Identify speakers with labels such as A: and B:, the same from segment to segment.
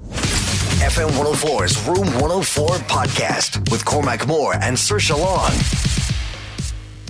A: FM 104's Room 104 podcast with Cormac Moore and Sir Long.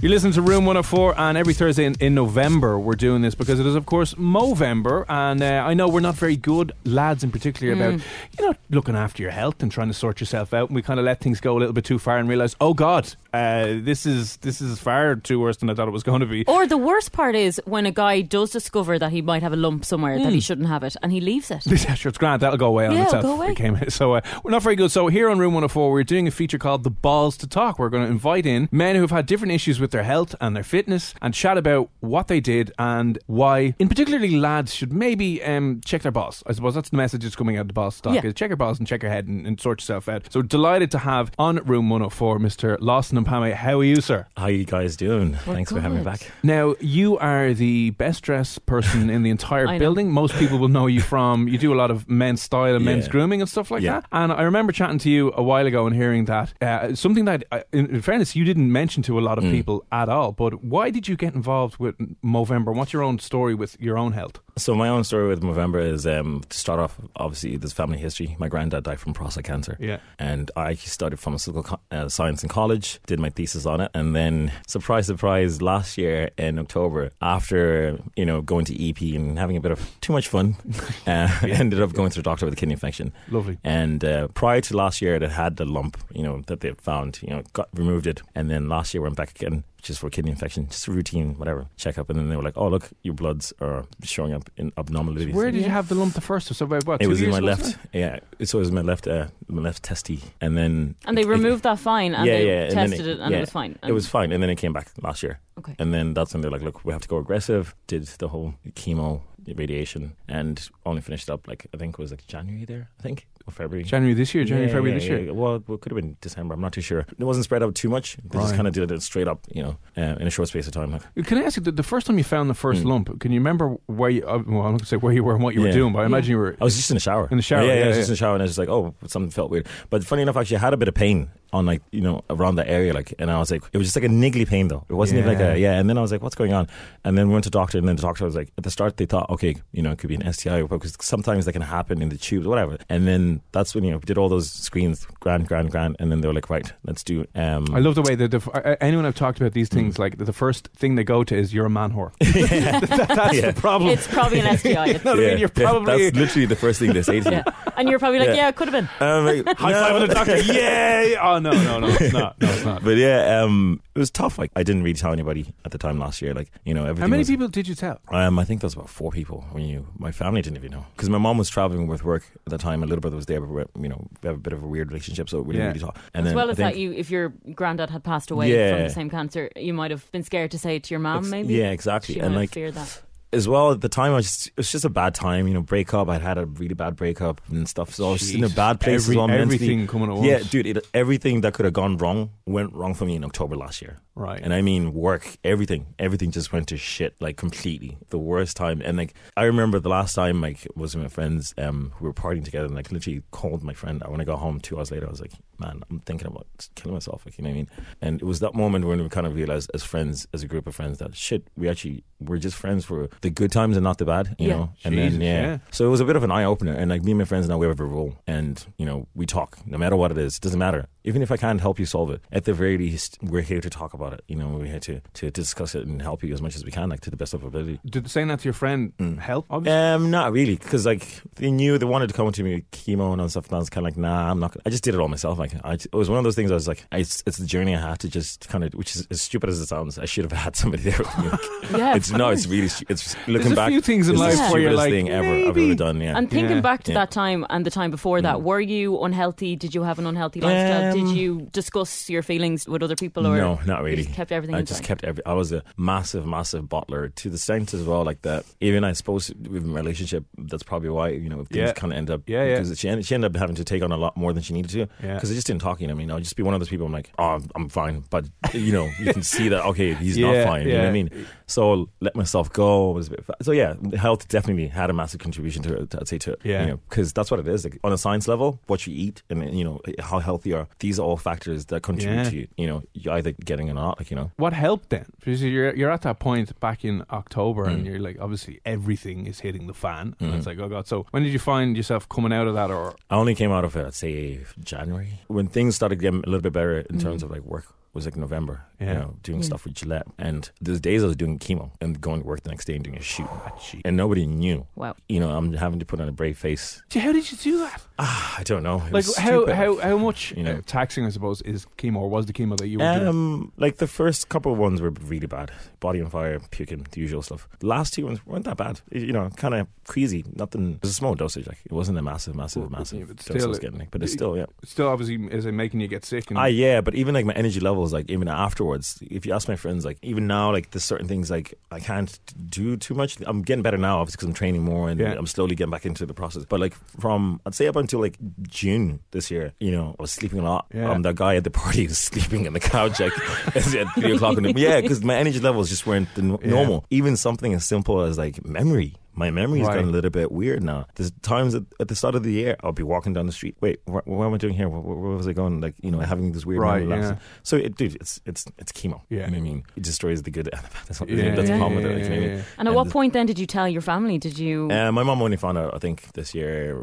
B: You listen to Room 104, and every Thursday in, in November we're doing this because it is, of course, Movember. And uh, I know we're not very good, lads in particular, about you know looking after your health and trying to sort yourself out. And we kind of let things go a little bit too far and realize, oh God, uh, this is this is far too worse than I thought it was going to be.
C: Or the worst part is when a guy does discover that he might have a lump somewhere
D: Hmm.
C: that he shouldn't have it and he leaves it.
B: Yeah, sure, it's grand. That'll go away on
C: Yeah, it'll
B: itself.
C: go away.
B: It came, so uh, we're not very good. So here on Room 104, we're doing a feature called "The Balls to Talk." We're going to invite in men who've had different issues with their health and their fitness, and chat about what they did and why. In particularly, lads should maybe um, check their balls. I suppose that's the message that's coming out of the balls to talk:
C: Yeah.
B: is check your balls and check your head and, and sort yourself out. So delighted to have on Room 104, Mr. Lawson and Pame. How are you, sir?
D: How you guys doing? Thanks for having me
C: good.
D: back.
B: Now, you are the best dressed person in the
C: I
B: entire
C: know.
B: building. Most people will know you from, you do a lot of men's style and men's
D: Yeah.
B: grooming and stuff like
D: Yeah.
B: that. And I remember chatting to you a while ago and hearing that uh, something that, uh, in, in fairness, you didn't mention to a lot of
D: Mm.
B: people at all. But why did you get involved with Movember? What's your own story with your own health?
D: So my own story with Movember is um, to start off. Obviously, there's family history. My granddad died from prostate cancer.
B: Yeah.
D: and I actually studied pharmaceutical co- uh, science in college. Did my thesis on it, and then surprise, surprise, last year in October, after you know going to EP and having a bit of too much fun, uh, ended up going to the doctor with a kidney infection.
B: Lovely.
D: And uh, prior to last year, it had had the lump, you know, that they had found, you know, got removed it, and then last year went back again, which is for kidney infection, just a routine, whatever checkup, and then they were like, oh look, your bloods are showing up in abnormalities.
B: Where did you have the lump the first? So about what?
D: it
B: two
D: was in
B: years
D: my
B: ago,
D: left,
B: something?
D: yeah. So it was my left, uh, my left testy, and then
C: And they
D: it- it-
C: removed that fine and
D: yeah,
C: they
D: yeah, and then
C: tested it and
D: yeah,
C: it was fine.
D: It was fine, and then it came back last year.
C: Okay.
D: And then that's when they're like, look, we have to go aggressive. Did the whole chemo, radiation, and only finished up like I think it was like January there, I think or February.
B: January this year, January,
D: Yeah,
B: February
D: yeah,
B: this year.
D: yeah. Well, it could have been December. I'm not too sure. It wasn't spread out too much. They
B: Right.
D: just kind of did it straight up, you know, uh, in a short space of time. Like,
B: Can I ask you the, the first time you found the first
D: Mm.
B: lump? Can you remember where you? Uh, well, I'm not going to say where you were and what you were
D: Yeah.
B: doing, but I imagine you were.
D: I was just in the shower.
B: In the shower,
D: Yeah, yeah,
B: yeah,
D: I was
B: yeah.
D: just in the shower, and I was just like, oh, something felt weird. But funny enough, actually, I had a bit of pain on like you know around that area, like, and I was like, it was just like a niggly pain though. It wasn't even
B: Yeah.
D: like a yeah. And then I was like, what's going on? And then we went to doctor, and then the doctor was like, at the start they thought, okay, you know, it could be an STI because sometimes that can happen in the tubes, whatever. And then that's when you know we did all those screens, grand, grand, grand, and then they were like, right, let's do. um
B: I love the way that the, uh, anyone I've talked about
D: Hmm.
B: these things, like the first thing they go to is you're a man whore. That- that's
D: Yeah.
B: the problem.
C: It's probably an STI.
B: you know what I mean? You're probably
D: that's literally the first thing they say to you.
C: yeah. And you're probably like,
D: Yeah.
C: yeah, it could have been.
D: Um,
B: high
D: no.
B: five on the doctor. Yay! Oh no, no, no, it's not. No, it's not.
D: But yeah, um, it was tough. Like I didn't really tell anybody at the time last year. Like you know, everything.
B: How many
D: was-
B: people did you tell?
D: Um, I think there was about four people. When you, my family didn't even know because my mom was traveling with work at the time. My little brother was there, but we're, you know, we have a bit of a weird relationship, so we didn't
B: Yeah.
D: really talk. And
C: As well
D: I
C: as
D: think-
C: that, you if your granddad had passed away from
D: Yeah.
C: the same cancer, you might have been scared to say it to your mom,
D: Ex-
C: maybe.
D: Yeah, exactly.
C: She
D: and
C: might
D: like
C: fear that.
D: as well at the time, I was just, it was just a bad time. You know, break up. I'd had a really bad breakup and stuff. So I was just in a
B: Jeez.
D: bad place
B: Every-
D: as well. mentally.
B: everything coming at
D: Yeah,
B: once.
D: dude. It, everything that could have gone wrong went wrong for me in October last year.
B: Right.
D: And I mean work, everything, everything just went to shit like completely. The worst time. And like I remember the last time like was with my friends. Um, we were partying together and like literally called my friend. I when I got home two hours later, I was like, man, I'm thinking about killing myself. Like you know what I mean? And it was that moment when we kind of realized as friends, as a group of friends, that shit, we actually we're just friends for the good times and not the bad. You
C: Yeah.
D: know? And
B: Jesus,
D: then yeah.
B: yeah.
D: So it was a bit of an eye opener. And like me and my friends now, we have a rule, and you know we talk no matter what it is. It doesn't matter. even if I can't help you solve it, at the very least, we're here to talk about it. You know, we're here to, to discuss it and help you as much as we can, like to the best of our ability.
B: Did saying that to your friend help? Obviously.
D: Um, not really, because like they knew they wanted to come to me with chemo and all stuff. And I was kind of like, nah, I'm not. Gonna. I just did it all myself. Like, I, it was one of those things. I was like, I, it's, it's the journey I had to just kind of, which is as stupid as it sounds. I should have had somebody there with me.
C: Yeah,
D: it's no, it's really. stu- It's looking
B: There's a
D: back.
B: few things in
D: it's
B: life
D: the
B: where you're
D: stupidest
B: like,
D: thing ever I've
B: maybe.
D: ever done. Yeah,
C: And thinking
B: Yeah.
C: back to
D: Yeah. Mm.
C: that time and the time before that, were you unhealthy? Did you have an unhealthy lifestyle? Did
D: Um,
C: you discuss your feelings with other people? Or
D: no, not
C: you
D: really.
C: just kept everything.
D: I
C: inside?
D: just kept every. I was a massive, massive bottler to the extent as well, like that. Even I suppose with my relationship, that's probably why you know things
B: Yeah.
D: kind of end up.
B: Yeah, yeah.
D: Because she ended, she ended up having to take on a lot more than she needed to.
B: Yeah.
D: Because I just didn't talk. You know, what I mean, I'll just be one of those people. I'm like, oh, I'm- I'm fine, but you know, you can see that okay, he's
B: Yeah,
D: not fine. You know what
B: yeah.
D: I mean? So I'll let myself go. I was a bit fa- so yeah, health definitely had a massive contribution to it. I'd say to it.
B: Yeah.
D: You know, because that's what it is. Like on a science level, what you eat and you know how healthy you are. These are all factors that contribute
B: Yeah.
D: to you. You know, you're either getting it or not. Like you know.
B: What helped then? Because you're you're at that point back in October,
D: Hmm.
B: and you're like, obviously everything is hitting the fan, and it's like, oh god. So when did you find yourself coming out of that, or
D: I only came out of it, I'd say January. When things started getting a little bit better in terms of like work was like November.
B: Mm. Yeah.
D: You know, doing stuff with Gillette. And there's days I was doing chemo and going to work the next day and doing a shoot.
B: "Ah,
D: And nobody knew.
C: Wow.
D: You know, I'm having to put on a brave face.
B: Gee, how did you do that?
D: I don't know.
B: Like
D: It was
B: how,
D: stupid.
B: how how much
D: you know.
B: uh, taxing, I suppose, is chemo or was the chemo that you were doing?
D: Um, like the first couple of ones were really bad. Body on fire, puking, the usual stuff. The last two ones weren't that bad. You know, kind of crazy. Nothing. It was a small dosage. Like it wasn't a massive, massive,
B: Well, yeah,
D: massive
B: but
D: dose I
B: still,
D: was
B: it-
D: getting. Like, but it's still, yeah.
B: Still, obviously, is it making you get sick? And
D: Ah, yeah, but even like my energy levels, like even afterwards, if you ask my friends, like even now, like there's certain things like I can't do too much. I'm getting better now, obviously, because I'm training more and
B: Yeah.
D: I'm slowly getting back into the process. But like from I'd say up until like June this year, you know, I was sleeping a lot.
B: Yeah.
D: Um, that guy at the party was sleeping on the couch like at three o'clock in the yeah, because my energy levels just weren't the n-
B: Yeah.
D: normal. Even something as simple as like memory. My memory's
B: Right.
D: gotten a little bit weird now. There's times at, at the start of the year, I'll be walking down the street. Wait, wh- what am I doing here? Where, where was I going? Like, you know, having this weird
B: Right,
D: memory lapse.
B: yeah.
D: So, it, dude, it's it's it's chemo.
B: Yeah.
D: You know what I mean, it destroys the good and the bad. That's, what,
B: Yeah,
D: that's
C: yeah,
D: the problem with
B: yeah,
D: it. Like, you know what I
B: yeah,
D: mean?
C: And at what
D: this-
C: point then did you tell your family? Did you?
D: Uh, my mom only found out, I think, this year,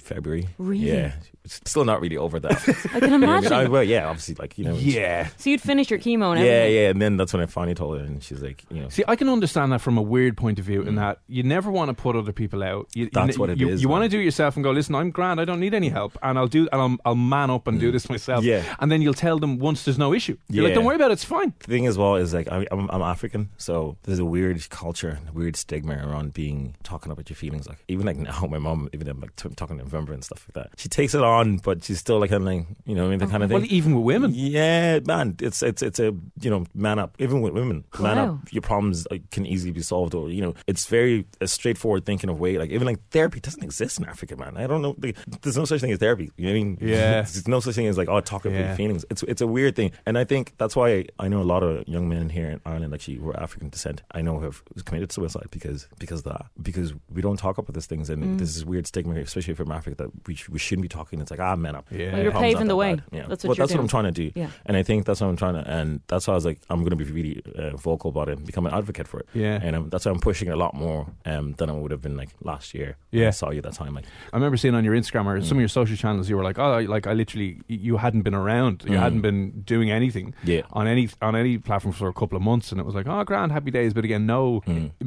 D: February.
C: Really?
D: Yeah. It's still not really over that. You
C: I can
D: know what I mean?
C: imagine.
D: I- well, yeah, obviously, like, you know. it's-
B: yeah.
C: so you'd finish your chemo and
D: Yeah,
C: everything.
D: yeah. And then that's when I finally told her, and she's like, you know.
B: See, I can understand that from a weird point of view,
D: Mm.
B: in that you never want to put other people out. You,
D: That's
B: you,
D: what it
B: you,
D: is,
B: You want to
D: man.
B: do it yourself and go, listen, I'm grand. I don't need any help, and I'll do, and I'll, I'll man up and do this myself.
D: Mm. Yeah.
B: And then you'll tell them once there's no issue. You're like,
D: Yeah.
B: don't worry about it. It's fine.
D: the thing as well is like I, I'm, I'm African, so there's a weird culture, and a weird stigma around being talking about your feelings. Like even like now, my mom, even I'm like t- talking in November and stuff like that. She takes it on, but she's still like kind of like you know what I mean, the kind of thing.
B: Oh, Well, even with women.
D: Yeah, man, it's it's it's a you know man up. Even with women, man
C: Wow.
D: up. Your problems uh, can easily be solved, or you know, it's very a straightforward thinking of way. Like even like therapy doesn't exist in Africa, man. I don't know. Like, there's no such thing as therapy. You know what I mean?
B: Yeah.
D: there's no such thing as like oh talk about
B: Yeah.
D: your feelings. It's it's a weird thing, and I think that's why I know a lot of young men here in Ireland actually who are African descent. I know have committed suicide because because of that because we don't talk about these things, and
B: Mm.
D: there's this weird stigma, especially from Africa, that we sh- we shouldn't be talking. It's like ah man up.
B: Yeah.
C: Well, you're
D: Problem's
C: paving the
D: not that
C: way.
D: bad. Yeah.
C: That's what
D: Well,
C: you're
D: that's what
C: doing.
D: I'm trying to do.
C: Yeah.
D: And I think that's what I'm trying to, and that's why I was like, I'm going to be really uh, vocal about it and become an advocate for it.
B: Yeah.
D: And um, that's why I'm pushing it a lot more um, than I would have been like last year.
B: Yeah.
D: I saw you that time. Like,
B: I remember seeing on your Instagram
D: Mm.
B: or some of your social channels, you were like, "Oh, I- like I literally, you hadn't been around, you
D: Mm.
B: hadn't been doing anything
D: Yeah.
B: on any on any platform for a couple of months," and it was like, "Oh, grand, happy days," but again, no,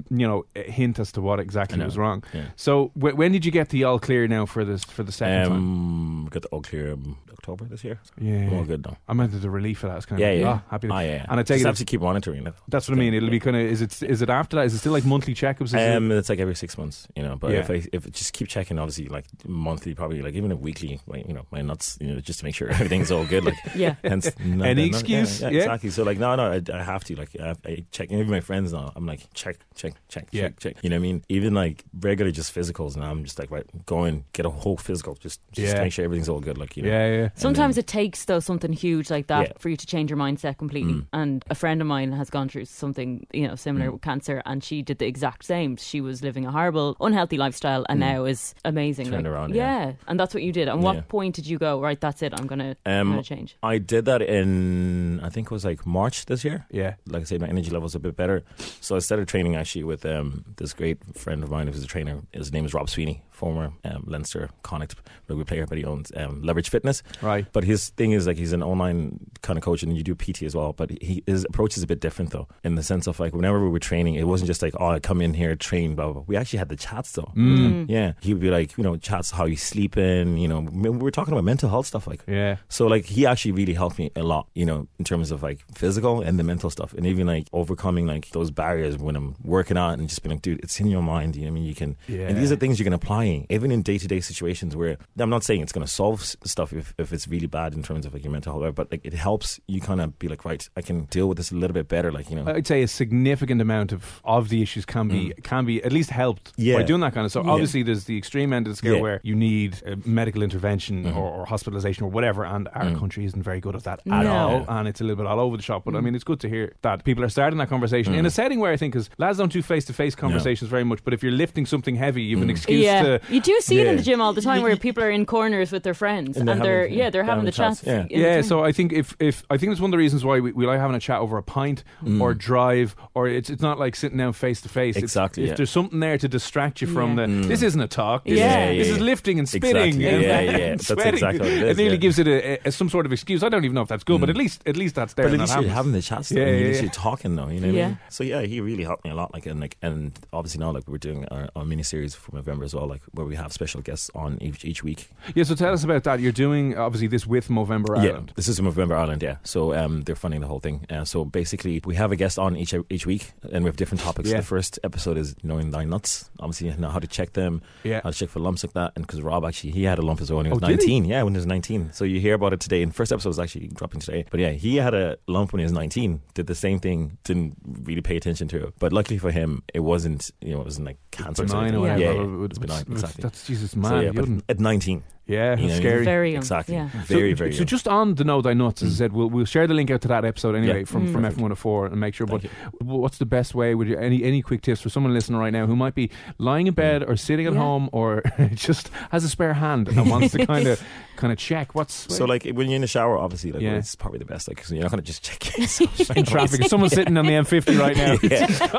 B: you know, hint as to what exactly
D: Hmm. know.
B: was wrong.
D: Yeah.
B: So, w- when did you get the all clear now for this for the second time?
D: um, got the all clear um, October this year.
B: Yeah,
D: I'm all good now.
B: I meant that the relief of that. It's kind
D: Yeah,
B: of like,
D: yeah.
B: "Oh, happy. days."
D: Ah, yeah.
B: And I take
D: Just
B: it
D: have to keep monitoring it.
B: that's what I mean. It'll be kind of is it is it after that? Is it still like monthly checkups? Is it-
D: Um, it's like every six months, you know. But
B: Yeah.
D: if I if just keep checking, obviously, like monthly, probably like even a weekly, like, you know, my nuts, you know, just to make sure everything's all good. Like,
C: Yeah.
D: Hence, no,
B: Any
D: no, no,
B: excuse,
D: Yeah,
B: yeah.
D: exactly. So like, no, no, I, I have to like, I, I check. Even my friends now, I'm like, check, check, check,
B: Yeah.
D: check, check. You know what I mean? Even like regular just physicals now, I'm just like, right, go and get a whole physical, just just
B: Yeah.
D: make sure everything's all good. Like, you know,
B: yeah, yeah.
C: Sometimes it takes though something huge like that
D: Yeah. Mm.
C: for you to change your mindset completely. And a friend of mine has gone through something you know similar with cancer, and she did the exact same. She was living a horrible, unhealthy lifestyle, and now is amazing.
D: Mm. Turned around,
C: yeah.
D: yeah.
C: And that's what you did. And what
D: Yeah.
C: point did you go? Right, that's it. I'm gonna, I'm
D: Um,
C: gonna change.
D: I did that in I think it was like March this year.
B: Yeah.
D: Like I said, my energy level's a bit better. So I started training actually with um, this great friend of mine who's a trainer. His name is Rob Sweeney, former um, Leinster Connacht rugby player, but he owns called um, Leverage Fitness.
B: Right.
D: But his thing is like he's an online kind of coach, and you do PT as well. But he, his approach is a bit different though, in the sense of like whenever we were training, it wasn't just like oh I come in here train blah blah. blah. We actually had the chats though. Yeah, he would be like you know chats how you sleeping. You know we were talking about mental health stuff like
B: Yeah.
D: so like he actually really helped me a lot, you know, in terms of like physical and the mental stuff, and even like overcoming like those barriers when I'm working out and just being like, dude, it's in your mind. You know, what I mean, you can,
B: Yeah.
D: and these are things you can apply even in day to day situations where I'm not saying it's gonna solve s- stuff if, if it's really bad in terms of like your mental health, but like it helps you kind of be like, right, I can deal with this a little bit better. Like you know, Mm.
B: I'd say a significant amount of, of the issues can be can be at least helped
D: Yeah.
B: by doing that kind of stuff.
D: Yeah.
B: Obviously, there's the extreme end of the scale
D: Yeah. Mm-hmm.
B: where you need uh, medical intervention or, or hospitalization or whatever, and our
D: Mm.
B: country isn't very good at that at
C: No.
B: all, and it's a little bit all over the shop. But
D: Mm.
B: I mean, it's good to hear that people are starting that conversation in a setting where I think because lads don't do face to face conversations very much. But if you're lifting something heavy, you've
D: Mm.
B: an excuse
C: yeah,
B: to
C: you do see it in
D: Yeah.
C: the gym all the time, where people are in corners with their friends, and
D: And
C: they're,
D: they're having-
C: yeah, they're having the chats.
D: yeah.
C: in
B: yeah,
C: between.
B: so I think if, if I think it's one of the reasons why we, we like having a chat over a pint
D: Mm.
B: or drive or it's it's not like sitting down face to face. It's-
D: Exactly,
B: If
D: yeah. Mm.
B: there's something there to distract you from
C: Yeah.
B: the this isn't a talk. This, is,
C: Yeah. Yeah,
B: this
D: yeah,
B: is
D: yeah.
B: lifting and spitting.
D: Exactly,
B: And,
D: yeah, yeah.
B: and
D: That's
B: sweating.
D: exactly what it is,
B: nearly
D: yeah.
B: gives it a, a, some sort of excuse. I don't even know if that's good, but at least at least that's there.
D: Mm. But at
B: and
D: least
B: that
D: you're
B: happens.
D: having the chats.
B: Yeah,
D: Yeah, and
B: yeah,
D: you're
B: yeah.
D: literally talking though. You know what
C: Yeah.
D: I mean? So yeah, he really helped me a lot. Like and like and obviously now like we're doing our, our mini series for November as well, like where we have special guests on each each week.
B: Yeah, so tell us about that. You're doing obviously this with Movember Ireland.
D: Yeah, Um, this is November Ireland. Yeah, so um, they're funding the whole thing. Uh, so basically, we have a guest on each each week, and we have different topics.
B: Yeah.
D: The first episode is knowing thy nuts. Obviously, you know how to check them,
B: Yeah.
D: how to check for lumps like that. And because Rob actually he had a lump as well when he
B: Oh,
D: was
B: did he?
D: nineteen. Yeah, when he was nineteen. So you hear about it today. And first episode was actually dropping today. But yeah, he had a lump when he was nineteen. Did the same thing. Didn't really pay attention to it. But luckily for him, it wasn't. You know, it wasn't like cancer. or
B: Benign
D: something.
B: or
C: Yeah.
B: whatever.
D: Yeah,
B: but-
D: yeah,
B: but-
D: it's benign.
B: but
D: Exactly.
B: That's Jesus, man.
D: So yeah,
B: you
D: but
B: wouldn't-
D: at nineteen.
B: yeah,
D: you know,
B: that's
D: you-
B: scary.
C: Very young.
D: Exactly.
C: Yeah.
D: Very,
B: so,
D: very.
B: So
D: young. Mm.
B: just on the note I nuts, as I said, we'll, we'll share the link out to that episode anyway
D: Yeah.
B: from,
D: Mm.
B: from
D: Perfect.
B: F104 and make sure. But
D: Thank
B: w- what's the best way? Would you any any quick tips for someone listening right now who might be lying
D: Mm.
B: in bed or sitting at
C: Yeah.
B: home or just has a spare hand and wants to kind of kind of check what's
D: So like when you're in the shower, obviously, like
B: Yeah.
D: it's probably the best. Like you you're not gonna just check it.
B: in traffic. If someone's sitting on the M50 right now.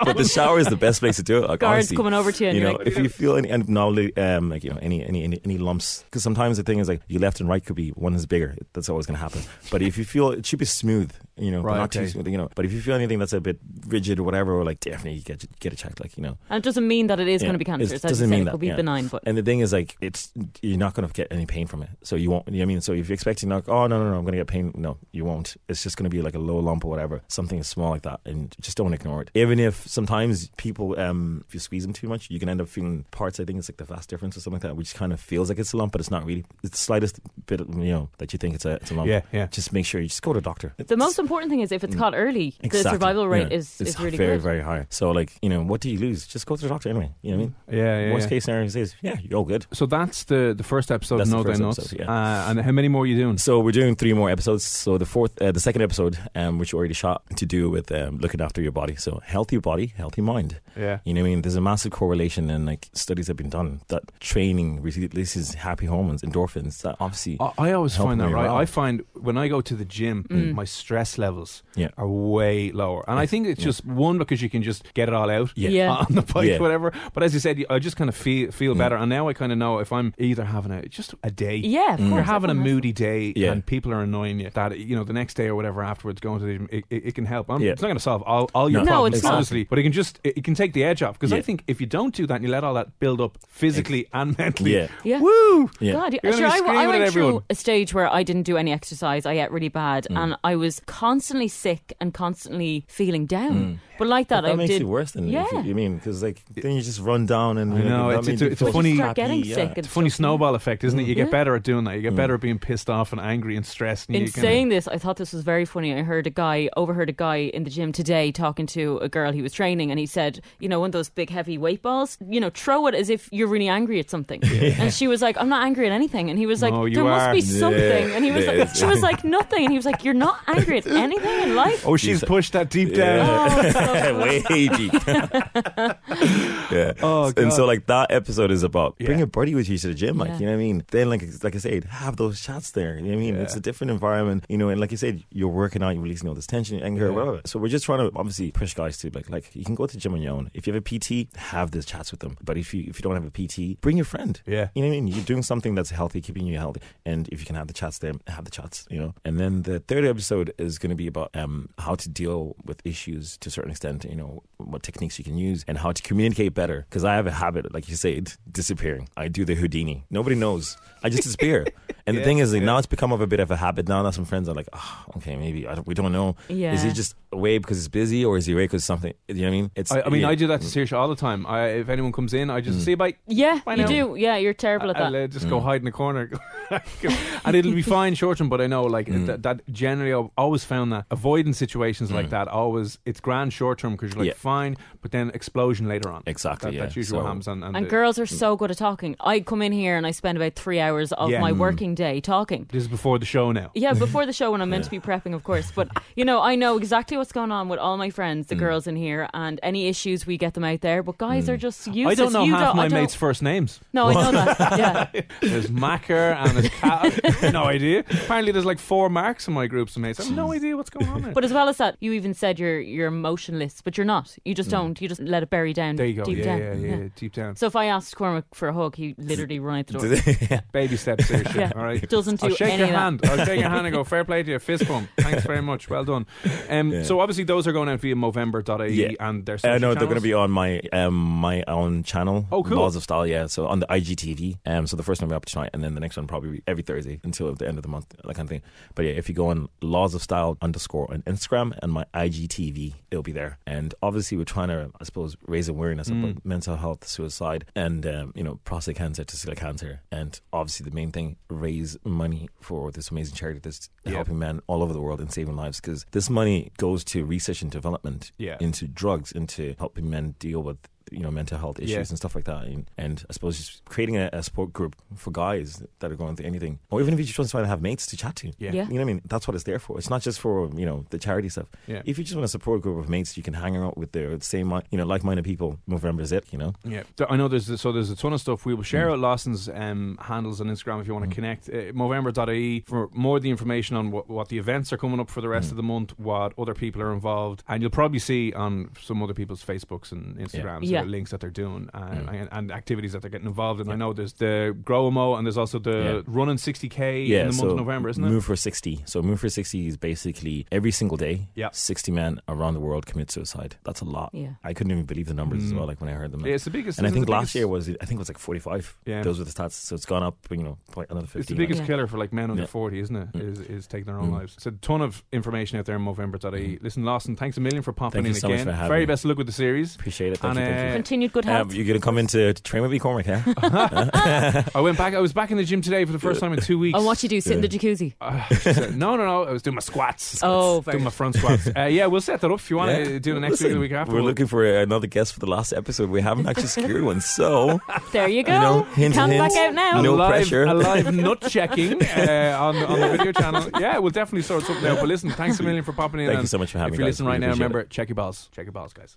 D: but the shower is the best place to do it. Like,
C: Guards
D: honestly,
C: coming over to you and
D: You
C: you're
D: know,
C: like-
D: if you feel any and now, um, like you know, any any any, any lumps, because sometimes the thing is like your left and right could be one is bigger. That's always gonna happen. But if you feel it should be smooth, you know, but
B: Right,
D: not
B: okay.
D: too smooth, you know. But if you feel anything that's a bit rigid or whatever, or like definitely you get get it checked, like you know.
C: and it doesn't mean that it is
D: Yeah,
C: going to be
D: it
C: cancer. It
D: doesn't mean
C: it
D: that,
C: could be
D: yeah.
C: benign, but
D: And the thing is, like, it's you're not going to get any pain from it. So you won't. You know what I mean, so if you're expecting like, oh no, no, no, I'm going to get pain. No, you won't. It's just going to be like a low lump or whatever, something small like that, and just don't ignore it. Even if sometimes people, um, if you squeeze them too much, you can end up feeling parts. I think it's like the vast difference or something like that, which kind of feels like it's a lump, but it's not really. It's the slightest bit, you know, that you think it's a, it's a lump.
B: Yeah, yeah.
D: Just make sure you just go to a doctor.
C: the most important thing is if it's caught early, the
D: Mm. Exactly.
C: survival rate
D: Yeah.
C: is, is
D: It's
C: really
D: very
C: good.
D: very high. So like you know, what do you lose? Just go to the doctor anyway. You know what I mean?
B: Yeah, yeah,
D: Worst
B: yeah.
D: case scenario is yeah, you're all good.
B: So that's the the first episode
D: That's
B: of
D: the
B: No Day
D: first
B: Nuts.
D: episode, yeah.
B: uh, and how many more are you doing?
D: So we're doing three more episodes. So the fourth, uh, the second episode, um, which we already shot, to do with um, looking after your body. So healthy body, healthy mind.
B: Yeah.
D: You know what I mean? There's a massive correlation, and like studies have been done that training releases happy hormones, endorphins. That obviously,
B: I, I always
D: helping
B: find that
D: you
B: right.
D: out.
B: I find when I go to the gym,
C: Mm.
B: my stress levels
D: Yeah.
B: are way lower, and I think it's just one because you can just get it all out
D: Yeah.
C: Yeah.
B: on the bike,
D: Yeah. Mm.
B: whatever. But as you said, I just kind of feel feel better, and now I kind of know if I'm either having a just a day,
C: Yeah, of
D: Mm.
B: If you're
C: course,
B: having a
C: everyone has
B: moody day,
D: Yeah.
B: and people are annoying you. That you know the next day or whatever afterwards, going to the gym, it, it, it can help. I'm,
D: Yeah.
B: It's not going to solve all, all your
D: No. No,
B: problems,
C: it's not.
B: obviously, but it can just it, it can take the edge off because I
D: Yeah.
B: think if you don't do that, and you let all that build up physically and mentally.
D: Yeah.
C: Yeah.
B: Woo!
D: Yeah.
C: God,
B: You're gonna
C: sure,
B: be
C: I, w- I
B: screaming at
C: went
B: everyone.
C: through a stage where I didn't do any exercise. I ate really bad,
D: Mm.
C: and I was constantly sick and constantly feeling down. But like that,
D: Mm. But that
C: I
D: makes
C: did.
D: it worse than
C: Yeah.
D: if you, you mean because like then you just run down and
B: I
D: you
B: know,
D: that
B: it's- it's
D: means
B: a-
D: you
B: it's a
D: feel
B: funny-
C: Start getting
D: crappy,
C: sick.
D: yeah.
C: And
B: It's a funny
C: stuff, yeah.
B: snowball effect, isn't it? You get
C: Yeah.
B: better at doing that. You
D: Mm.
B: get better at being pissed off and angry and stressed. And
C: In
B: you kinda-
C: saying this, I thought this was very funny. I heard a guy, overheard a guy in the gym today talking to a girl he was training, and he said, you know, one of those big heavy weight balls, you know, throw it as if you're really angry at something. And she was like, I'm not angry at anything. And he was like,
B: No, you
C: there must
B: are.
C: be
B: Yeah.
C: something. And he was
D: Yeah,
C: like,
D: it's-
C: she was like, nothing. And he was like, you're not angry at anything in life.
B: oh, she's pushed that deep down.
C: Oh, so
D: way deep. yeah.
B: Oh,
D: And so
B: God.
D: like that episode is about bring
B: Yeah.
D: a buddy with you to the gym, like
C: Yeah.
D: you know what I mean. Then like like I said, have those chats there. You know what I mean, it's a different environment, you know. And like you said, you're working out, you're releasing all this tension, anger, whatever. So we're just trying to obviously push guys to like like you can go to the gym on your own. If you have a PT, have those chats with them. But if you if you don't have a PT, bring your friend.
B: Yeah.
D: You know what I mean. You're doing something that's healthy, keeping you healthy, and if you can have the chats, then have the chats, you know. And then the third episode is going to be about um, how to deal with issues to a certain extent, you know, what techniques you can use and how to communicate better. Because I have a habit, like you said, disappearing. I do the Houdini. Nobody knows. I just disappear. and the thing is, like, now it's become of a bit of a habit. Now that some friends are like, oh, okay, maybe I don't, we don't know. Is he
C: Yeah.
D: just away because he's busy or is he away because something? You know what I mean? It's.
B: I, I mean,
D: yeah. Mm.
B: I do that to Saoirse all the time. I, if anyone comes in, I just see bye.
C: Yeah,
B: Why
C: you
B: not?
C: do. Yeah, you're terrible at that.
B: I'll uh, just
D: Mm.
B: go hide in the corner, and it'll be fine short term. But I know, like
D: Mm.
B: that, that generally, I've always found that avoiding situations like that always it's grand short term because you're like
D: Mm. Yeah.
B: fine, but then explosion later on.
D: Exactly,
B: That,
D: yeah.
B: That's usually what
D: So-
B: happens. And, and,
C: And
B: the-
C: girls are so good at talking. I come in here and I spend about three hours of
B: Yeah.
C: my
B: Mm.
C: working day talking.
B: this is before the show now.
C: Yeah, before the show when I'm meant to be prepping, of course. But you know, I know exactly what's going on with all my friends,
B: Mm.
C: the girls in here, and any issues we get them out there. But guys are just useless.
B: I don't know
C: you
B: half
C: don't, I
B: my
C: don't-
B: mates' first names.
C: No, I know that. Yeah,
B: There's Macker and there's Cat. no idea. Apparently, there's like four marks in my groups of mates. I have no idea what's going on. There.
C: but as well as that, you even said you're you're emotionless, but you're not. You just don't. You just let it bury down.
B: Mm. there you go.
C: Deep
B: yeah,
C: down.
B: yeah, yeah, Deep down.
C: So if I asked Cormac for a hug, he literally run out the door.
B: Baby steps, Saoirse.
C: Yeah.
B: All right.
C: Doesn't
B: I'll
C: do
B: shake
C: any
B: your
C: of that.
B: hand. I'll shake your hand and go, fair play to you. Fist bump. Thanks very much. Well done. Um, So obviously those are going out via Movember.ie E and their social
D: Uh, no, they're
B: channels.
D: going to be on my um, my own channel.
B: Oh, cool.
D: Laws of Style, yeah. So on the IGTV. Um, so the first one will be up tonight, and then the next one probably be every Thursday until the end of the month, that kind of thing. But yeah, if you go on Laws of Style underscore on Instagram and my IGTV, it'll be there. And obviously, we're trying to, I suppose, raise awareness
B: Mm.
D: about mental health, suicide, and um, you know, prostate cancer, testicular cancer, and obviously the main thing, raise money for this amazing charity that's
B: Yeah.
D: helping men all over the world and saving lives because this money goes to research and development
B: Yeah.
D: into drugs, into helping men deal with you know mental health issues
B: Yeah.
D: and stuff like that. And, and I suppose just creating a, a support group for guys that are going through anything, or even if you just want to try to have mates to chat to.
B: Yeah.
C: Yeah.
D: You know what I mean? That's what it's there for. It's not just for you know the charity stuff.
B: Yeah.
D: If you just want a support group of mates, you can hang out with the same mi- you know like-minded people. November's it. You know.
B: Yeah, Th- I know there's so there's a ton of stuff. We will share
D: Mm.
B: out Lawson's um, handles on Instagram if you want to connect. Uh, Movember.ie E for more of the information on what, what the events are coming up for the
D: Mm.
B: rest of the month, what other people are involved, and you'll probably see on some other people's Facebooks and Instagrams
C: Yeah.
B: uh, links that they're doing uh,
D: Mm.
B: and, and activities that they're getting involved in. I know there's the Grow Mo and there's also the
D: Yeah.
B: Running 60k in the month of November, isn't it?
D: Move for 60. So Move for 60 is basically every single day,
B: Yeah.
D: 60 men around the world commit suicide. That's a lot.
C: Yeah.
D: I couldn't even believe the numbers as
B: Mm.
D: well, like when I heard them.
B: Yeah, it's the biggest.
D: and I
B: isn't it
D: think
B: the
D: last
B: biggest-
D: year was, I think it was like 45.
B: Yeah.
D: Those were the stats. So it's gone up, you know, like another 15.
B: It's the biggest
C: Yeah.
B: killer for like men under
D: Yeah.
B: 40, isn't it?
D: Mm.
B: Is, is taking their own
D: Mm.
B: lives. It's a ton of information out there in Movember.ie. Listen, Lawson, thanks a million for popping
D: Thank
B: in
D: you so much
B: again.
D: for having
B: Very
D: me.
B: best of luck with the series.
D: Appreciate it. Thank
B: And,
D: you. Thank you.
C: Continued good
D: Um,
C: health.
D: you're going to come into to train with me, Cormac, yeah?
B: uh, I went back, I was back in the gym today for the first time in two weeks.
C: and what you do? Sit in the jacuzzi.
B: Uh, she said, no, no, no. I was doing my squats.
C: Oh, very
B: doing my front squats. Uh, yeah, we'll set that up if you want to
D: Yeah.
B: uh, do the next week or
D: Listen,
B: the week after.
D: We're
B: We'll-
D: looking for another guest for the last episode. We haven't actually secured one. So,
C: There you go.
D: you know, hint,
C: Come
D: hint.
C: back out now.
B: a
D: No
B: live,
D: pressure.
B: A live nut checking uh, on, on the video channel. Yeah, we'll definitely sort something out. But listen, thanks a million for popping in.
D: Thank you
B: and
D: so much for having
B: If
D: me,
B: you
D: guys.
B: listen
D: Really
B: right now,
D: appreciate it.
B: remember, check your balls. Check your balls, guys.